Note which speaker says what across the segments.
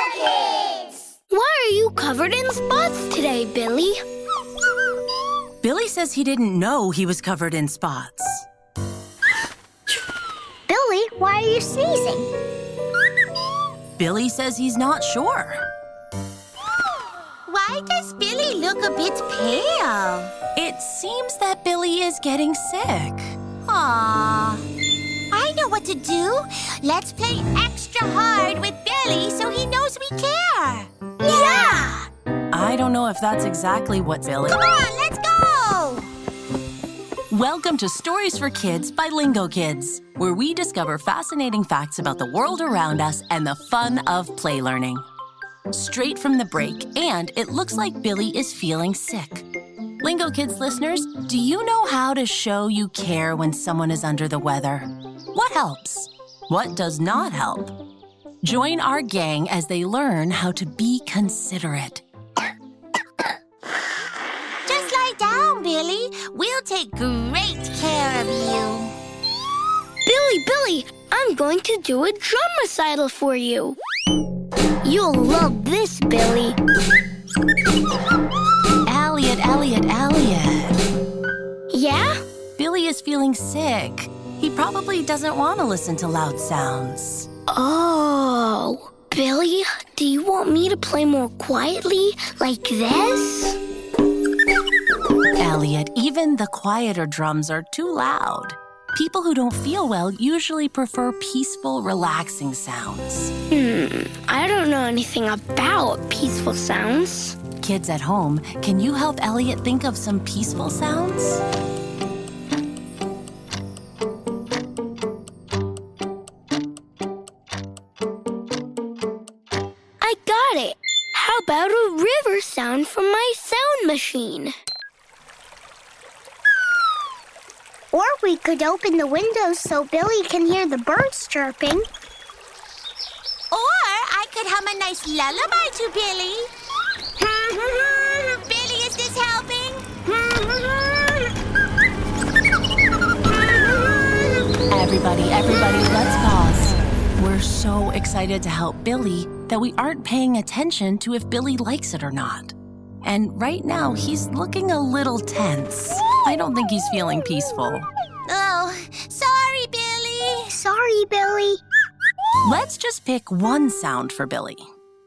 Speaker 1: Why are you covered in spots today, Billy?
Speaker 2: Billy says he didn't know he was covered in spots.
Speaker 1: Billy, why are you sneezing?
Speaker 2: Billy says he's not sure.
Speaker 1: Why does Billy look a bit pale?
Speaker 2: It seems that Billy is getting sick.
Speaker 1: Aww. I know what to do. Let's play extra hard with Billy so he knows we care. Yeah!
Speaker 2: I don't know if that's exactly what Billy.
Speaker 1: Come on, let's go!
Speaker 2: Welcome to Stories for Kids by Lingo Kids, where we discover fascinating facts about the world around us and the fun of play learning. Straight from the break, and it looks like Billy is feeling sick. Lingo Kids listeners, do you know how to show you care when someone is under the weather? What helps? What does not help? Join our gang as they learn how to be considerate.
Speaker 1: Just lie down, Billy. We'll take great care of you. Billy, Billy, I'm going to do a drum recital for you. You'll love this, Billy.
Speaker 2: Elliot, Elliot, Elliot.
Speaker 1: Yeah?
Speaker 2: Billy is feeling sick. He probably doesn't want to listen to loud sounds.
Speaker 1: Oh. Billy, do you want me to play more quietly, like this?
Speaker 2: Elliot, even the quieter drums are too loud. People who don't feel well usually prefer peaceful, relaxing sounds.
Speaker 1: Hmm, I don't know anything about peaceful sounds.
Speaker 2: Kids at home, can you help Elliot think of some peaceful sounds?
Speaker 1: I got it. How about a river sound from my sound machine?
Speaker 3: Or we could open the windows so Billy can hear the birds chirping.
Speaker 1: Or I could hum a nice lullaby to Billy. Billy, is this helping?
Speaker 2: Everybody, everybody, let's pause. We're so excited to help Billy that we aren't paying attention to if Billy likes it or not. And right now, he's looking a little tense. I don't think he's feeling peaceful.
Speaker 1: Oh, sorry, Billy.
Speaker 3: Sorry, Billy.
Speaker 2: Let's just pick one sound for Billy.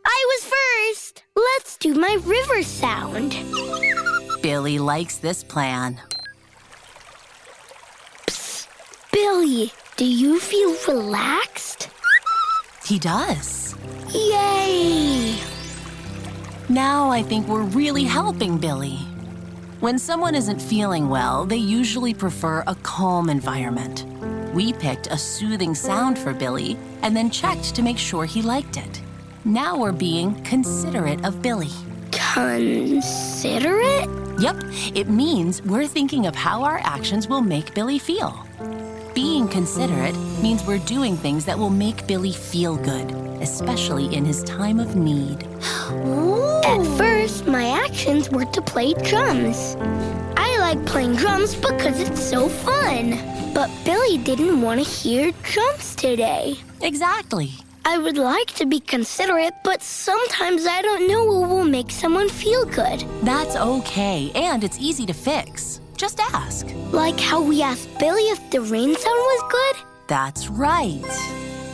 Speaker 1: I was first. Let's do my river sound.
Speaker 2: Billy likes this plan.
Speaker 1: Billy, do you feel relaxed?
Speaker 2: He does.
Speaker 1: Yay!
Speaker 2: Now I think we're really helping Billy. When someone isn't feeling well, they usually prefer a calm environment. We picked a soothing sound for Billy and then checked to make sure he liked it. Now we're being considerate of Billy.
Speaker 1: Considerate?
Speaker 2: Yep, it means we're thinking of how our actions will make Billy feel. Being considerate means we're doing things that will make Billy feel good, especially in his time of need.
Speaker 1: At first, my actions were to play drums. I like playing drums because it's so fun. But Billy didn't want to hear drums today.
Speaker 2: Exactly.
Speaker 1: I would like to be considerate, but sometimes I don't know what will make someone feel good.
Speaker 2: That's okay, and it's easy to fix. Just ask.
Speaker 1: Like how we asked Billy if the rain sound was good?
Speaker 2: That's right.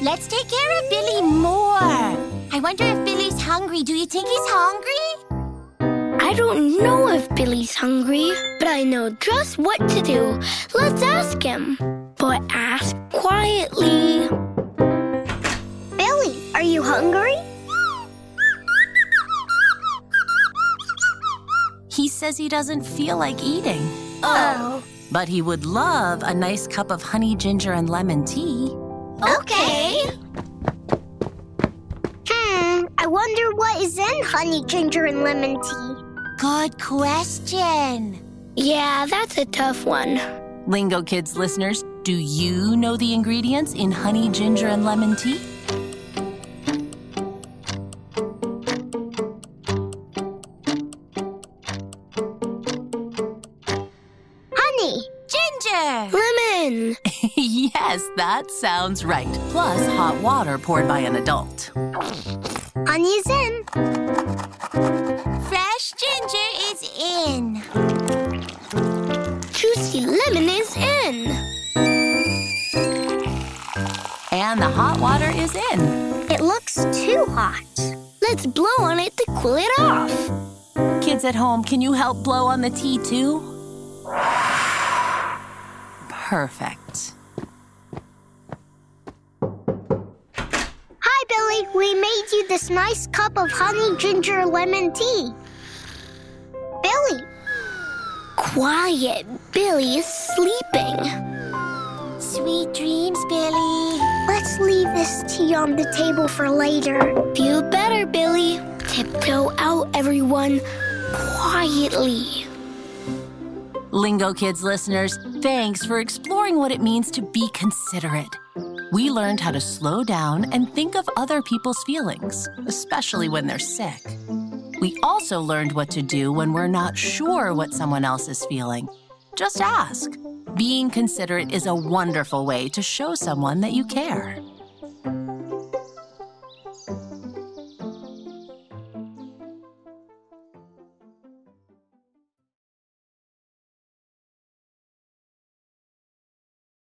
Speaker 1: Let's take care of Billy more. I wonder if Billy's hungry. Do you think he's hungry? I don't know if Billy's hungry, but I know just what to do. Let's ask him. But ask quietly.
Speaker 3: Billy, are you hungry?
Speaker 2: He says he doesn't feel like eating.
Speaker 1: Oh.
Speaker 2: But he would love a nice cup of honey, ginger, and lemon tea.
Speaker 1: Okay.
Speaker 3: Hmm, I wonder what is in honey, ginger, and lemon tea.
Speaker 1: Good question. Yeah, that's a tough one.
Speaker 2: Lingo Kids listeners, do you know the ingredients in honey, ginger, and lemon tea?
Speaker 3: Honey.
Speaker 2: Ginger!
Speaker 1: Lemon.
Speaker 2: yes, that sounds right. Plus hot water poured by an adult.
Speaker 3: Honey's in.
Speaker 1: Fresh ginger is in. Juicy lemon is in.
Speaker 2: And the hot water is in.
Speaker 3: It looks too hot.
Speaker 1: Let's blow on it to cool it off.
Speaker 2: Kids at home, can you help blow on the tea too? Perfect.
Speaker 3: Hi, Billy. We made you this nice cup of honey, ginger, lemon tea. Billy,
Speaker 1: Quiet. Billy is sleeping. Sweet dreams, Billy.
Speaker 3: let's leave this tea on the table for later.
Speaker 1: Feel better, Billy. Tiptoe out, everyone. Quietly.
Speaker 2: Lingo Kids listeners, thanks for exploring what it means to be considerate. We learned how to slow down and think of other people's feelings, especially when they're sick. We also learned what to do when we're not sure what someone else is feeling. Just ask. Being considerate is a wonderful way to show someone that you care.